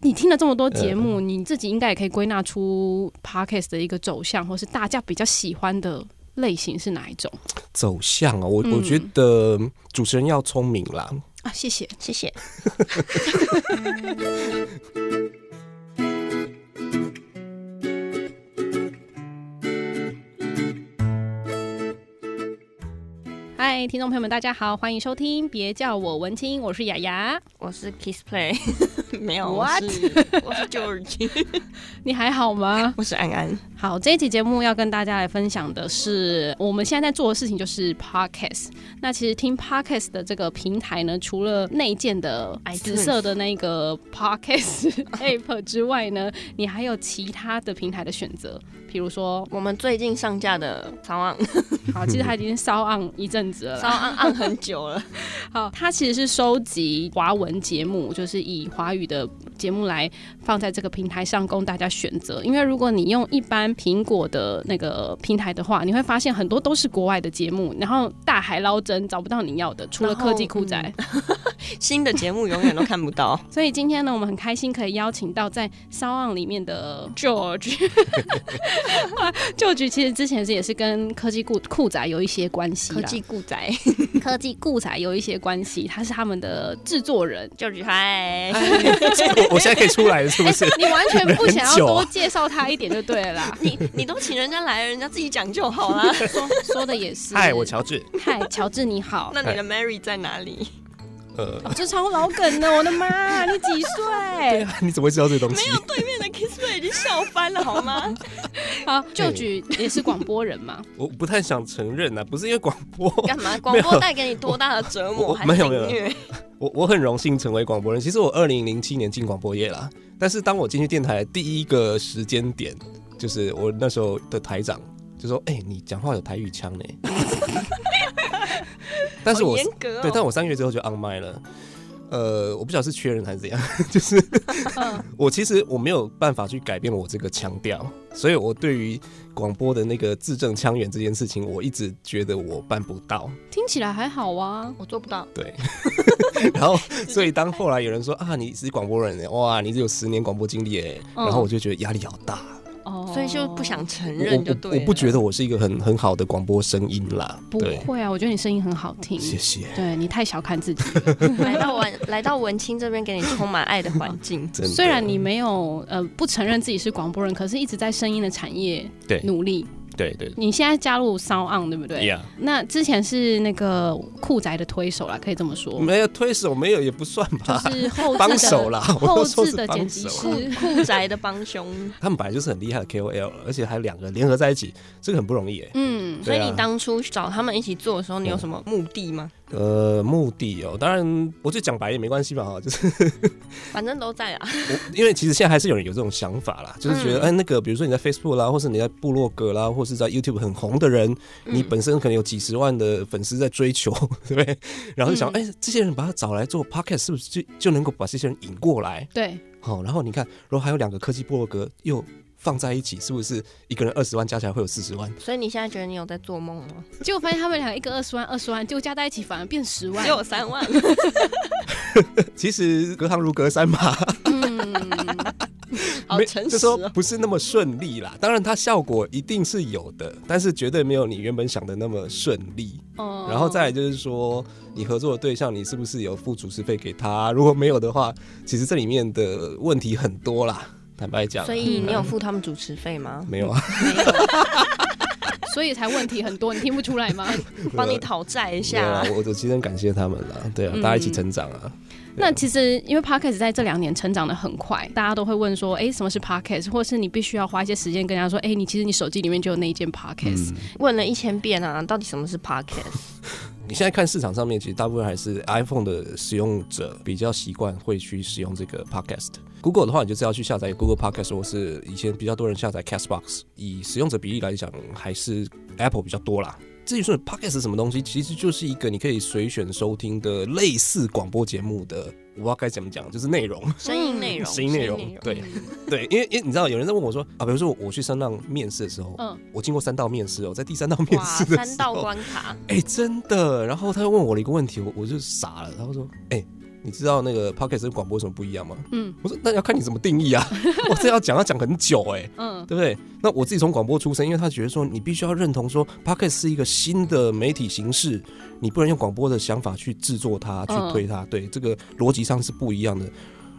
你听了这么多节目，你自己应该也可以归纳出 podcast 的一个走向，或是大家比较喜欢的类型是哪一种走向啊，我我觉嗯得主持人要聪明啦。 啊？谢谢。谢谢。嗨，听众朋友们，大家好，欢迎收听，别叫我文青，我是雅雅。我是 Kiss Play，没有 What？我 是我是 George，你还好吗？ 我是安安。好，这一期节目要跟大家来分享的是，我们现在在做的事情就是 podcast。那其实听 podcast 的这个平台呢，除了内建的 iTunes 紫色的那个 podcast app 之外呢，你还有其他的平台的选择，比如说，我们最近上架的骚 昂，好，其实它已经骚昂一阵子了啦骚昂昂很久了，好，它其实是收集华文节目，就是以华语的节目来放在这个平台上供大家选择。因为如果你用一般苹果的那个平台的话，你会发现很多都是国外的节目，然后大海捞针找不到你要的，除了然后嗯科技酷宅。新的节目永远都看不 到。所以今天呢，我们很开心可以邀请到在骚浪里面的 George。George 其实之前是也是跟科技酷酷宅有一些关系啦，故宅科技酷宅有一些关系，他是他们的制作人。 ，George 嗨，我我现在可以出来了，是 不是？哎你完全不想要 很久多啊介绍他一点就对了 啦。你你都请人家来，人家自己讲就好啦。 说说的也是。嗨，我。乔治。嗨，乔治你好。那你的 Mary 在哪里？呃，这超老梗的，我的妈！你几对岁？啊，你怎么会知道这东西？对面的 Kiss Play 已经笑翻了好 吗？好，就举也是广播人嘛。我不太想承认啊，不是因为广播， 干嘛？广播带给你多大的折我磨？我还是没有没有凌虐？我我很荣幸成为广播人。其实我二零零七年进广播业啦，但是当我进去电台的第一个时间点，就是我那时候的台长就说：“哎、你讲话有台语腔呢。” 但是好我严格哦对，但我三个月之后就 on 麦了。呃，我不晓得是缺人还是怎样， 就是嗯， 我其实我没有办法去改变我这个腔调，所以我对于广播的那个字正腔圆这件事情，我一直觉得我办不 到。听起来还好啊。我做不到。对，然后所以当后来有人说啊，你是广播人耶，哇，你是有十年广播经历哎，嗯然后我就觉得压力好大，哦，所以就不想承我认就我对我不觉得得我是一个很很好的广播声音啦，不对，会啊，我觉得你声音很好听。谢谢，。对你太小看自己了，来到文来到文青这边，给你充满爱的环境真的。虽然你没有呃不承认自己是广播人，可是一直在声音的产业对努力。对对你现在加入 Sound On 对不对？呀，那之前是那个酷宅的推手啦，可以这么说。没有推手没有也不算吧，就是后置嗯 帮的手 啦，我后都说置是的帮剪辑手。啊酷师，酷宅的帮凶，他们本来就是很厉害的 KOL，而且还两个联合在一起，这个很不容易耶。嗯，所以对啊你当初找他们一起做的时候，你有什么目的吗？呃，目的哦，当然我就讲白也没关系吧，哈，就是反正都在啊，我，因为其实现在还是有人有这种想法啦，就是觉得，嗯哎、那个比如说你在 Facebook 啦，或是你在部落格啦，或是在 YouTube 很红的人，你嗯本身可能有几十万的粉丝在追求， 对不对？然后就想，哎、这些人把他找来做 Podcast，是不是就就能够把这些人引过来？对，好、然后你看，如果还有两个科技部落格又放在一起，是不是一个人二十万加起来会有四十万？所以你现在觉得你有在做梦吗？结果发现他们俩一个二十万，二十万，结果加在一起反而变十万只。有三万，其实隔行如隔山嘛。嗯，好没诚就实说哦。不是那么顺利啦。当然，它效果一定是有的，但是绝对没有你原本想的那么顺利。哦然后再来就是说，你合作的对象，你是不是有付主持费给他？如果没有的话，其实这里面的问题很多啦。坦白讲啊， 所以你有付他们主持费吗？没有啊？没有， 所以才问题很多，你听不出来 吗？帮你讨债一啊对下啊啊。，我我其实很感谢他们啦。对啊，嗯大家一起成长啊。那其实因为 podcast 在这两年成长的很快，大家都会问说，哎，什么是 podcast？或是你必须要花一些时间跟人家说，哎，你其实你手机里面就有那一件 podcast。嗯，问了一千遍啊，到底什么是 podcast？你现在看市场上面，其实大部分还是 iPhone 的使用者比较习惯会去使用这个 Podcast。Google 的话，你就是要去下载 Google Podcast，或是以前比较多人下载 Castbox。以使用者比例来讲，还是 Apple 比较多啦。至于说 Podcast 是什么东西，其实就是一个你可以随选收听的类似广播节目的，我不知道该怎么讲，就是内容。 声音内容，声音内容对对，因为因为你知道，有人在问我说啊，比如说我去三浪面试的时候，嗯我经过三道面试哦，在第三道面 哇，试的时候，三道关卡，哎、真的。然后他又问我了一个问题，我我就傻了。他说：“哎、你知道那个 podcast 跟广播有什么不一样吗？嗯我说那要看你怎么定义 啊，我这要讲要讲很久哎、嗯对不对？那我自己从广播出身，因为他觉得说你必须要认同说 p o c k e t 是一个新的媒体形式，你不能用广播的想法去制作它、去嗯推它，对这个逻辑上是不一样的。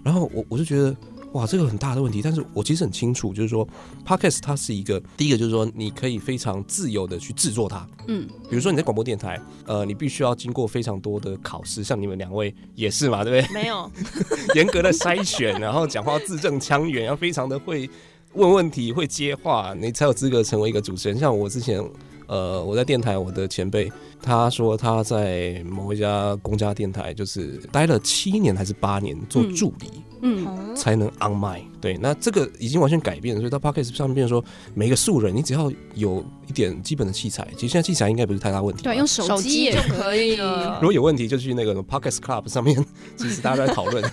然后我我就觉得哇，这个很大的问题，但是我其实很清楚，就是说 p o c k e t 它是一个第一个就是说你可以非常自由的去制作它，嗯，比如说你在广播电台，呃，你必须要经过非常多的考试，像你们两位也是嘛，对不对？没有，严格的筛选，然后讲话字正腔圆，要非常的会问问题、会接话，你才有资格成为一个主持人。像我之前，呃，我在电台，我的前辈他说他在某一家公家电台就是待了七年还是八年做助理。嗯哦才能 on my 对，那这个已经完全改变了，所以到 podcast 上面说，每一个素人你只要有一点基本的器材，其实现在器材应该不是太大问题吧。对，用手手机机也就可以了啊如果有问题就去那个 Podcast Club 上面， 其实大家都在讨论，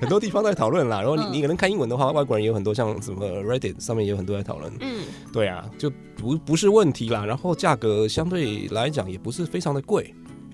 很多地方都在讨论啦。然后你嗯你可能看英文的话，外国人也有很多，像什么 Reddit 上面也有很多在讨论。 嗯，对啊，就不不是问题啦。然后价格相对来讲也不是非常的贵。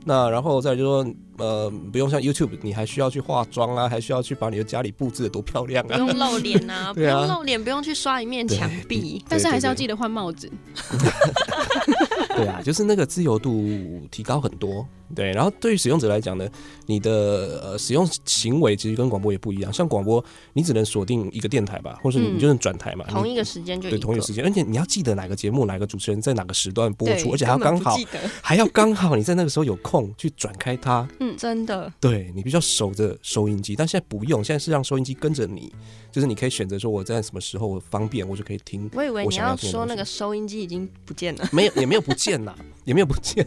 那然后再就说，呃，不用像 YouTube，你还需要去化妆啊，还需要去把你的家里布置的多漂亮不 啊。用露脸啊，不对啊用露脸，不用去刷一面对墙壁。但是还是要记得，得换帽子。 对啊，就是那个自由度提高很多。对，然后对于使用者来讲呢，你的呃使用行为其实跟广播也不一样。像广播，你只能锁定一个电台吧，或者你嗯你就能转台嘛，同你一个时间就对同一个时间，而且你要记得哪个节目、哪个主持人在哪个时段播出，而且还要刚好，根本不记得还要刚好你在那个时候有空去转开它。真的对你必须要守着收音机，但现在不用，现在是让收音机跟着你，就是你可以选择说我在什么时候我方便，我就可以听。我以为我你想要要听的说东那西个收音机已经不见了， 没有，也没有不见啦，也没有不见。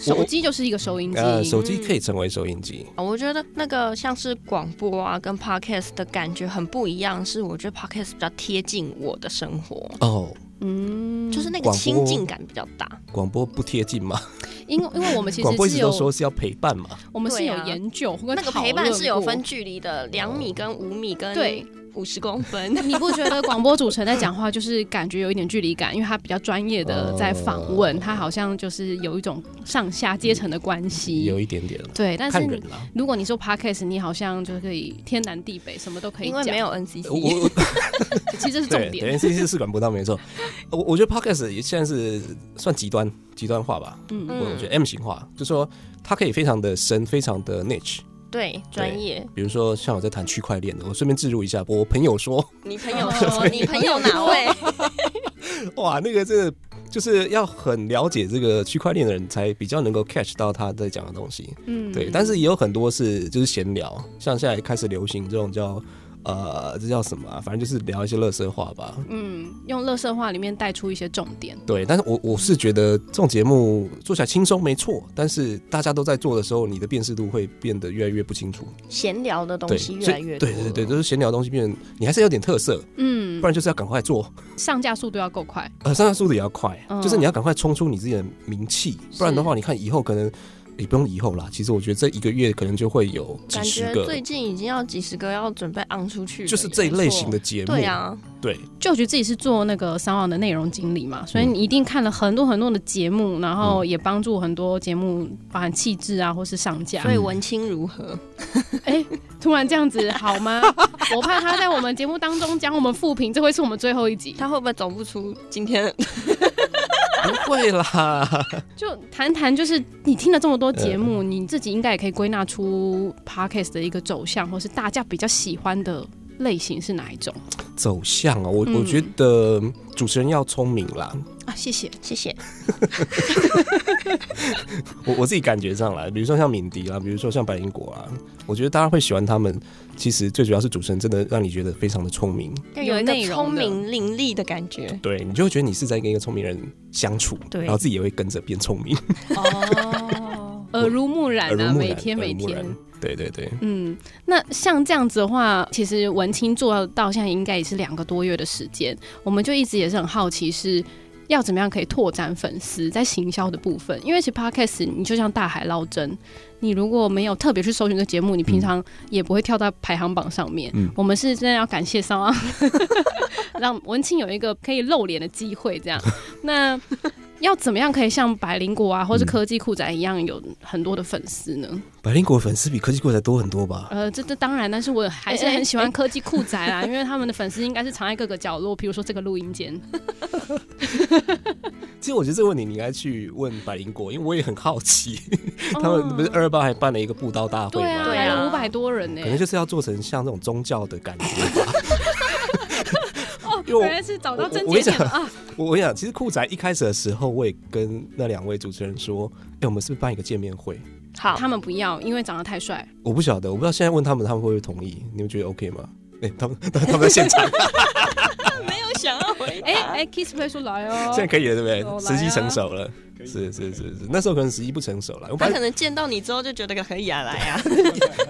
手机就是一个收音机，呃，手机可以成为收音机。哦我觉得那个像是广播啊，跟 podcast 的感觉很不一样，是我觉得 podcast 比较贴近我的生活，哦，嗯，就是那个广播亲近感比较大。广播不贴近嘛，因为 因为我们其广播实一是直都有说是要陪伴嘛。我们是对有啊研究或那个陪伴是有分区。距离的，两米跟五米跟对，五十公分。 你不觉得广播主持人在讲话就是感觉有一点距离感，因为他比较专业的在访问，哦他好像就是有一种上下阶层的关系。有一点点对，但看人是啦。如果你说 podcast，你好像就可以天南地北，什么都可以因讲为。没有我我 NCC，我其实这是重对点。对 C C 是管不到没错。我我觉得 podcast 也现在是算极端极端化吧，我嗯嗯我觉得 M 型化，就说它可以非常的深，非常的 niche。对专业。比如说像我在谈区块链的，我顺便置入一下，我朋友说， 你朋友说，你朋友哪位？哇，那个真的就是要很了解这个区块链的人才比较能够 catch 到他在讲的东西。嗯，对，但是也有很多是就是闲聊，像现在开始流行这种叫呃，这叫什么、啊？反正就是聊一些乐色话吧。嗯，用乐色话里面带出一些重点。对，但是我我是觉得这种节目做起来轻松没错，但是大家都在做的时候，你的辨识度会变得越来越不清楚。闲聊的东对，西所以越来越多对了。对对，就是闲聊的东西变，你还是要有点特色，嗯不，然就是要赶快做。上架速度要够快。呃，上下速度也要快，嗯就是你要赶快冲出你自己的名气，不然的话，你看以后可能也不用以后啦。其实我觉得这一个月可能就会有几感十觉个，最近已经要几十个要准备昂出去了，就是这一嗯类型的节目。没错。对啊，对，就觉得自己是做那个商网的内容经理嘛，所以你一定看了很多很多的节目，然后也帮助很多节目，包含气质啊，或是上架。所以文青如何？哎、突然这样子好吗？ 我怕他在我们节目当中讲我们复评，这会是我们最后一集，他会不会走不出今天？不会啦，就谈谈就是你听了这么多节目，你自己应该也可以归纳出 podcast 的一个走向，或是大家比较喜欢的类型是哪一种 走向啊，我、我嗯觉得主持人要聪明啦，啊？谢谢， 谢谢。我我自己感觉上来，比如说像敏迪啦，比如说像百灵果啊，我觉得大家会喜欢他们，其实最主要是主持人真的让你觉得非常的聪明，要有一有内个容聪的明伶俐的感觉。对你就会觉得你是在跟一个聪明人相处，对然后自己也会跟着变聪明， 哦，耳濡目染耳濡啊，目每染，天耳每濡目天染。，对对对。嗯，那像这样子的话，其实文青做到现在应该也是两个多月的时间，我们就一直也是很好奇是。要怎么样可以拓展粉丝在行销的部分？因为其实 podcast 你就像大海捞针，你如果没有特别去搜寻这个节目，你平常也不会跳到排行榜上面。嗯我们是真的要感谢商 啊，让文青有一个可以露脸的机会。这样，那要怎么样可以像百灵果啊，或是科技酷宅一样有很多的粉丝呢？百灵果粉丝比科技股才多很多吧？呃，这这当然，但是我还哎是很喜欢科技酷宅啦，因为他们的粉丝应该是藏在各个角落，比如说这个录音间。其实我觉得这个问题你应该去问百灵果，因为我也很好奇， 他们不是二二八还办了一个布道大哦会对啊，吗？对来啊了五百多人呢、可能就是要做成像这种宗教的感觉吧。哦，因为我原来是找到我症我跟结你讲点了啊！我我跟你讲，其实酷宅一开始的时候，我也跟那两位主持人说，哎、我们是不是办一个见面会？好，他们不要，因为长得太帅。我不晓得，我不知道现在问他们，他们会不会同意？你们觉得 OK 吗？哎、他们他们在现场，没有想要回 哎、哎、k i s s 会说来哦现，在可以了，对不对？有来啊时机成熟了，是是是是，那时候可能时机不成熟了。我 他本来可能见到你之后就觉得可以啊，来啊，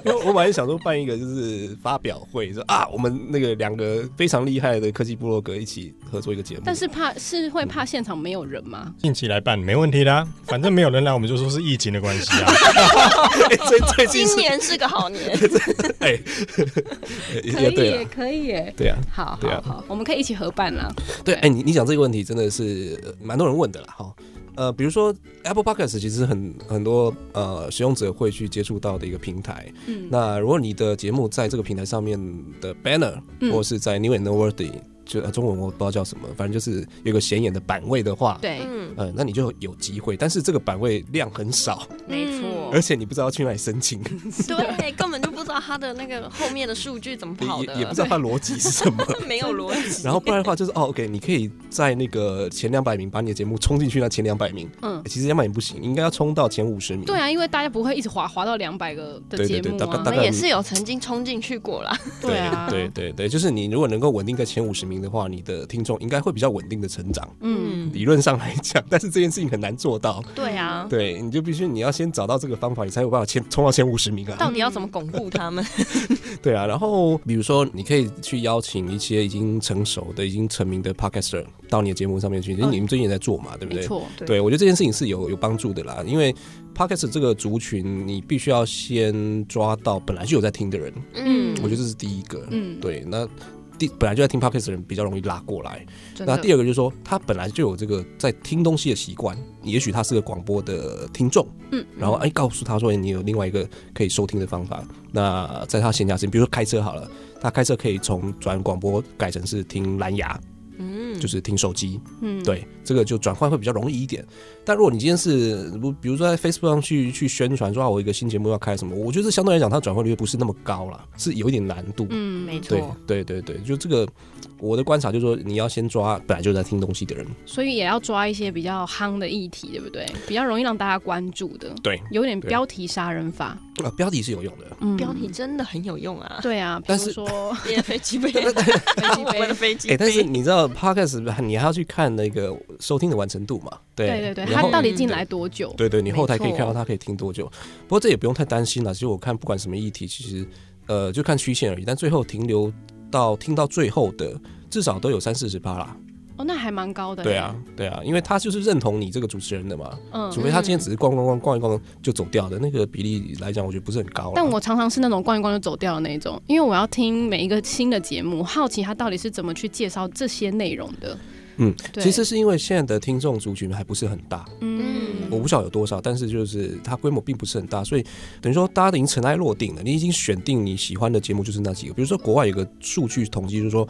因为我本来想说办一个就是发表会，说啊，我们那个两个非常厉害的科技部落格一起合作一个节目， 但是怕是会怕现场没有人吗？近期来办没问题啦，反正没有人来，我们就说是疫情的关系啊。哎最最近 今是年是个好 年。哎， 可也以对耶，了，可以耶。对啊，好对好啊好，我们可以一起合办啦。对，哎、你你讲这个问题真的是呃蛮多人问的啦，哈。呃，比如说 Apple Podcast 其实很很多呃使用者会去接触到的一个平台。嗯那如果你的节目在这个平台上面的 banner，、嗯或是在 New and Noteworthy，就、呃中文我不知道叫什么，反正就是有个显眼的版位的话，，对，嗯，呃，那你就有机会。但是这个版位量很少，没错而，且你不知道去哪里申请，嗯对，根本就不知道他的那个后面的数据怎么也跑的，也也不知道它逻辑是什么。没有逻辑。然后不然的话就是哦，OK，你可以在那个前两百名把你的节目冲进去那前两百名，嗯欸，其实两百名不行，应该要冲到前五十名。对，啊，因为大家不会一直滑滑到两百个的对对节对目大概啊我大。们也是有曾经冲进去过啦，对啊，对对对，就是你如果能够稳定在前五十名的话，你的听众应该会比较稳定的成长。嗯，理论上来讲，但是这件事情很难做到。对啊，对，你就必须你要先找到这个方法，你才有办法前冲到前五十名啊。到底要怎么巩固他们？ 对啊，然后比如说你可以去邀请一些已经成熟的、已经成名的 podcaster 到你的节目上面去，因为嗯你们最近也在做嘛，对不没对？错，对对，我觉得这件事情是有有帮助的啦，因为 podcast 这个族群，你必须要先抓到本来就有在听的人，嗯我觉得这是第一个。嗯，对，那第本来就在听 podcast 的人比较容易拉过来。真那的。第二个就是说，他本来就有这个在听东西的习惯，也许他是个广播的听众，嗯，然后哎告诉他说，哎你有另外一个可以收听的方法。那在他闲暇时间，比如说开车好了，他开车可以从转广播改成是听蓝牙，嗯，就是听手机。嗯，对，这个就转换会比较容易一点。但如果你今天是不，比如说在 Facebook 上去去宣传说啊，我有一个新节目要开什么，我觉得相对来讲，它转换率不是那么高啦，是有一点难度。嗯，没没错。对错，对对对，就这个我的观察就是说，你要先抓本来就在听东西的人，所以也要抓一些比较夯的议题，对不对？比较容易让大家关注的，对，有点对标题杀人法。啊，标题是有用的。嗯标题真的很有用啊。对啊，比但如是说你的飞机 杯，飞机我们杯，的飞机 哎、杯，但是你知道 podcast 你还要去看那个收听的完成度嘛？对对对对，然他后到底进来多久？对对，你后台可以没错看到它可以听多久。不过这也不用太担心了，其实我看不管什么议题，其实呃就看曲线而已。但最后停留到听到最后的，至少都有三四十趴啦。哦，那还蛮高的。对啊，，对啊，因为他就是认同你这个主持人的嘛，嗯除。非他今天只是逛逛逛逛一逛就走掉的，那个比例来讲，我觉得不是很高啦。但我常常是那种逛一逛就走掉的那种，因为我要听每一个新的节目，好奇他到底是怎么去介绍这些内容的。嗯，对其实是因为现在的听众族群还不是很大，嗯，我不晓得有多少，但是就是它规模并不是很大，所以等于说大家已经尘埃落定了，你已经选定你喜欢的节目就是那几个。比如说国外有个数据统计，就是说，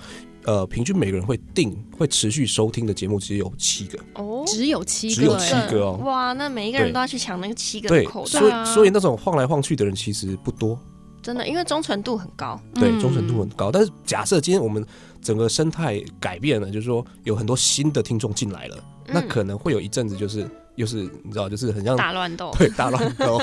呃，平均每个人会定会持续收听的节目只有七个，哦，只有七只有个七欸，个哦。哇，那每一个人都要去抢那个七个的对口，袋所，对啊以所以那种晃来晃去的人其实不多，真的，因为忠诚度很高。对，嗯忠诚度很高。但是假设今天我们整个生态改变了，就是说有很多新的听众进来了，那嗯可能会有一阵子就是又是你知道，就是很像大乱斗，对，大 乱斗，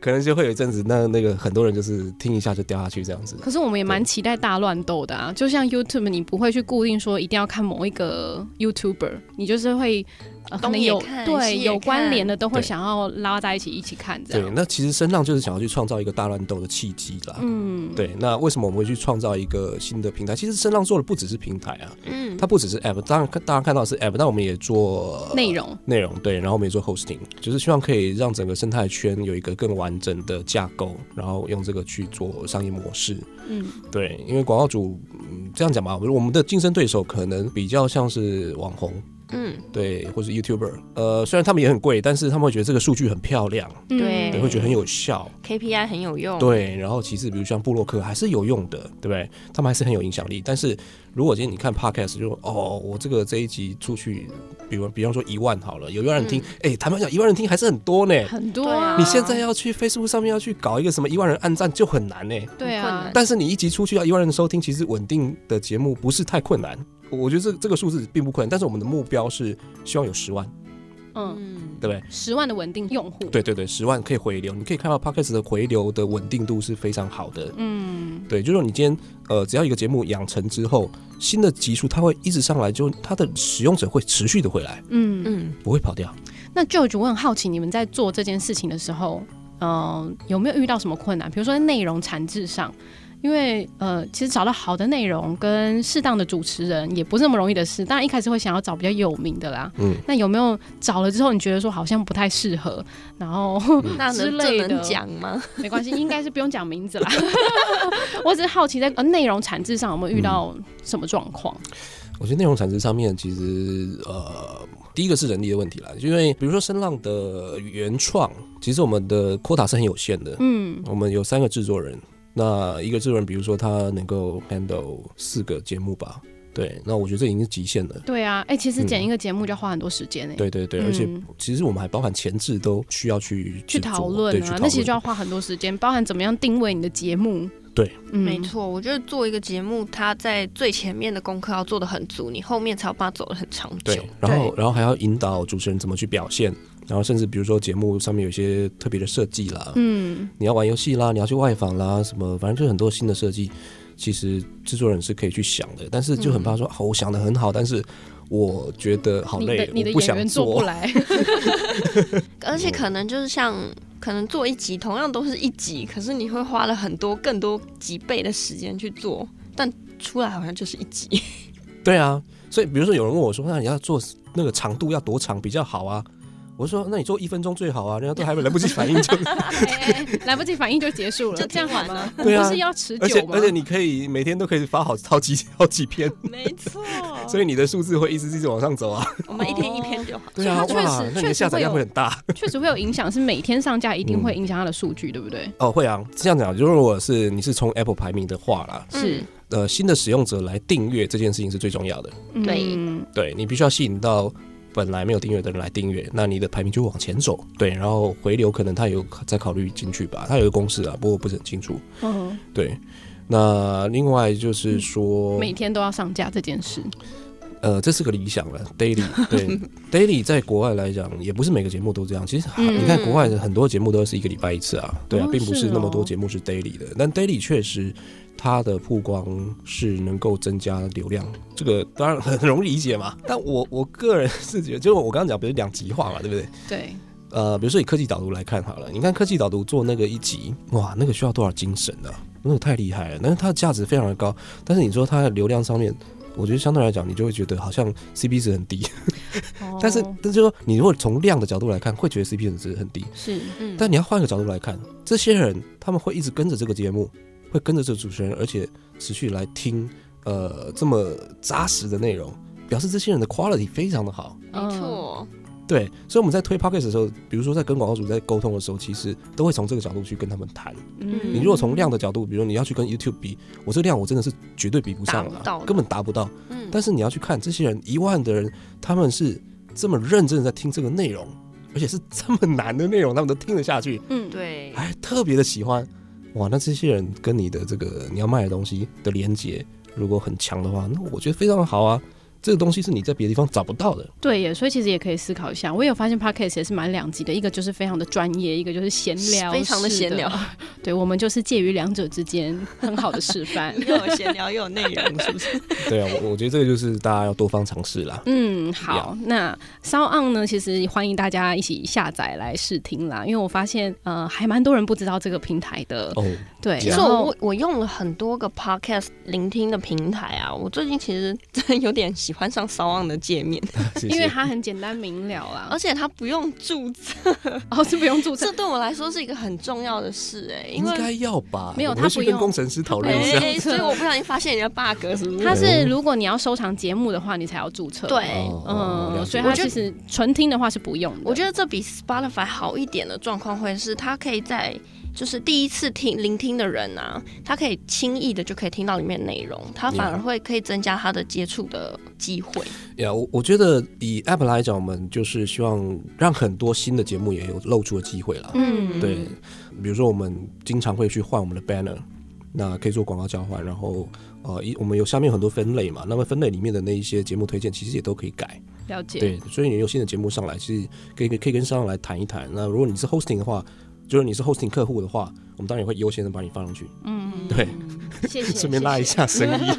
可能就会有一阵子，那那个很多人就是听一下就掉下去这样子。可是我们也蛮期待大乱斗的啊，就像 YouTube，你不会去固定说一定要看某一个 YouTuber，你就是会、呃、可东能也有看对西也有关联的都会对想要拉在一起一起看这对，样。那其实声浪就是想要去创造一个大乱斗的契机啦。嗯，对，那为什么我们会去创造一个新的平台？其实声浪做的不只是平台啊，嗯它，不只是 App，当然大家看到的是 App，但我们也做呃内容内容对，然后我们也做 hosting，就是希望可以让整个生态圈有一个更完整的架构，然后用这个去做商业模式。嗯对，因为广告主，嗯，这样讲吧，我们的竞争对手可能比较像是网红，嗯，对，或是 YouTuber，呃，虽然他们也很贵，但是他们会觉得这个数据很漂亮，对对，会觉得很有效， ，KPI 很有用。，对。然后其次，比如像布洛克还是有用的，对不对？他们还是很有影响力。但是如果今天你看 Podcast，就哦，我这个这一集出去，比如比方说一万好了，有一万人听，哎、坦白讲，一万人听还是很多呢。很多对啊你现在要去 Facebook 上面要去搞一个什么一万人按赞就很难呢、对很困啊难，但是你一集出去要一万人收听，其实稳定的节目不是太困难。我觉得这这个数字并不困难，但是我们的目标是希望有十万，嗯，嗯，对不对？十万的稳定用户，，对对对，十万可以回流，你可以看到 podcast 的回流的稳定度是非常好的。嗯，对，就是说你今天呃，只要一个节目养成之后，新的集数它会一直上来，就它的使用者会持续的回来，嗯嗯。嗯，不会跑掉。那 George，我很好奇，你们在做这件事情的时候，呃，有没有遇到什么困难？比如说在内容产制上，因为呃，其实找到好的内容跟适当的主持人也不是那么容易的事。当然一开始会想要找比较有名的啦。嗯，那有没有找了之后，你觉得说好像不太适合，然后 那之能类这的能讲吗？没关系，应该是不用讲名字啦。 我只是好奇在呃内容产制上有没有嗯遇到什么状况？我觉得内容产值上面其实呃，第一个是人力的问题啦，因为比如说声浪的原创，其实我们的 quota 是很有限的，嗯我们有三个制作人，那一个制作人比如说他能够 handle 四个节目吧，对，那我觉得这已经是极限了。对啊，哎、其实剪嗯一个节目就要花很多时间呢、对对对，而且嗯其实我们还包含前置都需要去去制作讨论对去啊讨，那其实就要花很多时间，包含怎么样定位你的节目。对，嗯没。错，我觉得做一个节目，它在最前面的功课要做的很足，你后面才有办法走得很长久对。，然后然后还要引导主持人怎么去表现，然后甚至比如说节目上面有一些特别的设计啦，嗯，你要玩游戏啦，你要去外访啦，什么反正就是很多新的设计，其实制作人是可以去想的，但是就很怕嗯说，啊好，我想的很好，但是我觉得好你累的，你的我不演想员做不来， 而且可能就是像，可能做一集同样都是一集，可是你会花了很多更多几倍的时间去做，但出来好像就是一集。 对啊，所以比如说有人问我说，那你要做那个长度要多长比较好啊？我说，那你做一分钟最好啊，人家都还没来不及反应就，哎哎来不及反应就结束了，就这样好听吗完了？我对们啊不是要持而且久吗而？且你可以每天都可以发好好几好几篇，没错，所以你的数字会一直一直往上走啊。 我们一天一篇就好。 对啊，所以它哇确实，那你确的实下载会量有会很大确实会有影响，是每天上架一定会影响它的数据，对不对？哦。会啊，这样讲，如果是你是从 Apple 排名的话啦，是，呃，新的使用者来订阅这件事情是最重要的。对嗯对你必须要吸引到本来没有订阅的人来订阅，那你的排名就会往前走。对，然后回流可能他有再考虑进去吧，他有一个公式啊，不过我不是很清楚。嗯，对，那另外就是说，每天都要上架这件事，呃，这是个理想了，daily 对 daily 在国外来讲，也不是每个节目都这样。其实、啊嗯你看国外的很多节目都是一个礼拜一次啊，对啊哦，并不是是那么哦多节目是 daily 的。但 daily 确实它的曝光是能够增加流量，这个当然很容易理解嘛。但我我个人是觉得，就是我刚刚讲，不是两极化嘛，对不对？对，呃，比如说以科技导读来看好了，你看科技导读做那个一集，哇，那个需要多少精神啊？那个太厉害了，但是它的价值非常的高，但是你说它的流量上面，我觉得相对来讲，你就会觉得好像 CP 值很低。但是哦，但是说你如果从量的角度来看，会觉得 CP 值很低。是嗯，但你要换一个角度来看，这些人他们会一直跟着这个节目，会跟着这个主持人，而且持续来听，呃，这么扎实的内容，表示这些人的 quality 非常的好。没错，对，所以我们在推 podcast 的时候，比如说在跟广告主在沟通的时候，其实都会从这个角度去跟他们谈。嗯你如果从量的角度，比如你要去跟 YouTube 比，我这量我真的是绝对比不上达不啊到，的根本达不到。嗯，但是你要去看这些人一万的人，他们是这么认真的在听这个内容，而且是这么难的内容，他们都听得下去，嗯，对，还特别的喜欢。哇，那这些人跟你的这个你要卖的东西的连接，如果很强的话，那我觉得非常好啊。这个东西是你在别的地方找不到 的。对耶，所以其实也可以思考一下。我也有发现 podcast 也是蛮两极的，一个就是非常的专业，一个就是闲聊，非常的闲聊，，对我们就是介于两者之间，很好的示 范。 又有闲聊又有内容，是不是？对啊，我我觉得这个就是大家要多方尝试啦。 嗯，好，那 s o n 呢，其实欢迎大家一起下载来试听啦，因为我发现呃，还蛮多人不知道这个平台的，哦，对，其其然实后我我用了很多个 podcast 聆听的平台啊，我最近其实真的有点喜欢上骚浪的界面， 谢哦因为谢。它很简单明了啦而，且它不用注 册，哦是不用注册这，对我来说是一个很重要的事哎、因应为该要吧？没有我他回不去跟用工程师讨论一哎下。哎所以我不小心发现人家 bug 是 不是？它是如果你要收藏节目的话，你才要注册。对。哦哦了嗯，解所以我它觉其得实纯听的话是不用的。我觉得这比 Spotify 好一点的状况会是，它可以在就是第一次听聆听的人啊，他可以轻易的就可以听到里面的内容，他反而会可以增加他的接触的机会。呀，我我觉得以 App 来讲，我们就是希望让很多新的节目也有露出的机会啦。嗯对，比如说我们经常会去换我们的 banner，那可以做广告交换，然后呃，一我们有下面有很多分类嘛，那么分类里面的那一些节目推荐其实也都可以改。了解。对，所以你有新的节目上来，其实可以可以跟上来谈一谈。那如果你是 hosting 的话，就是你是 hosting 客户的话，我们当然也会优先的把你放上去。嗯，对，谢谢。 顺便拉一谢下生意。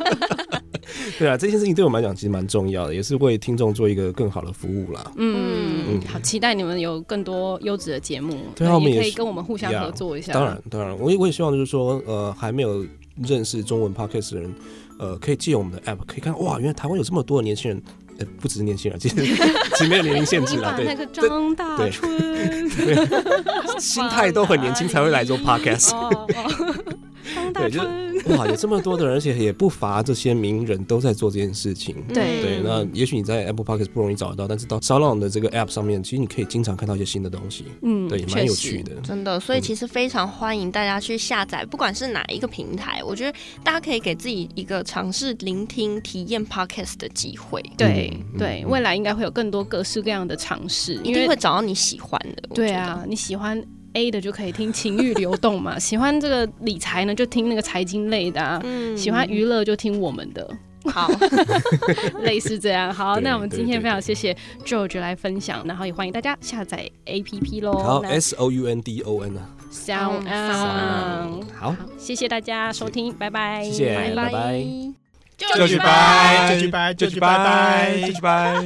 对啊，这件事情对我们来讲其实蛮重要的，也是为听众做一个更好的服务啦。谢。嗯嗯，好，期待你们有更多优质的节目，对啊那我们也也可以是跟我们互相呀合作一下。当然，当然，我也我也希望就是说，呃，还没有认识中文 podcast 的人，呃，可以借我们的 app，可以看哇，原来台湾有这么多的年轻人，呃，不只是年轻人，其实其实没有年龄限制你啦，把那对，个张大对春，心态都很年轻才会来做 podcast，哦， 张大对就是春，哇，有这么多的人，而且也不乏这些名人都在做这件事情。对嗯对，那也许你在 Apple Podcast 不容易找得到，但是到 s o l o n 的这个 App 上面，其实你可以经常看到一些新的东西，嗯，对，也蛮确有实趣。的。真的，嗯所以其实非常欢迎大家去下载，不管是哪一个平台，我觉得大家可以给自己一个尝试聆听、体验 podcast 的机会，对嗯嗯对，嗯未来应该会有更多各式各样的尝试，一因定为会找到你喜欢的。我对觉得，啊，你喜欢 A 的就可以听情欲流动 嘛，喜欢这个理财呢就听那个财经类的啊，嗯喜欢娱乐就听我们的，好， 类似这样。好，对那我们今天对非常谢谢 George 来分享，然后也欢迎大家下载 APP 喽。好，S O U N D O N 啊， sound Sound on，好，谢谢大家收听，拜拜，谢谢， 拜拜拜。 就去拜，就就去去拜就拜，就去去拜拜，就就去去拜。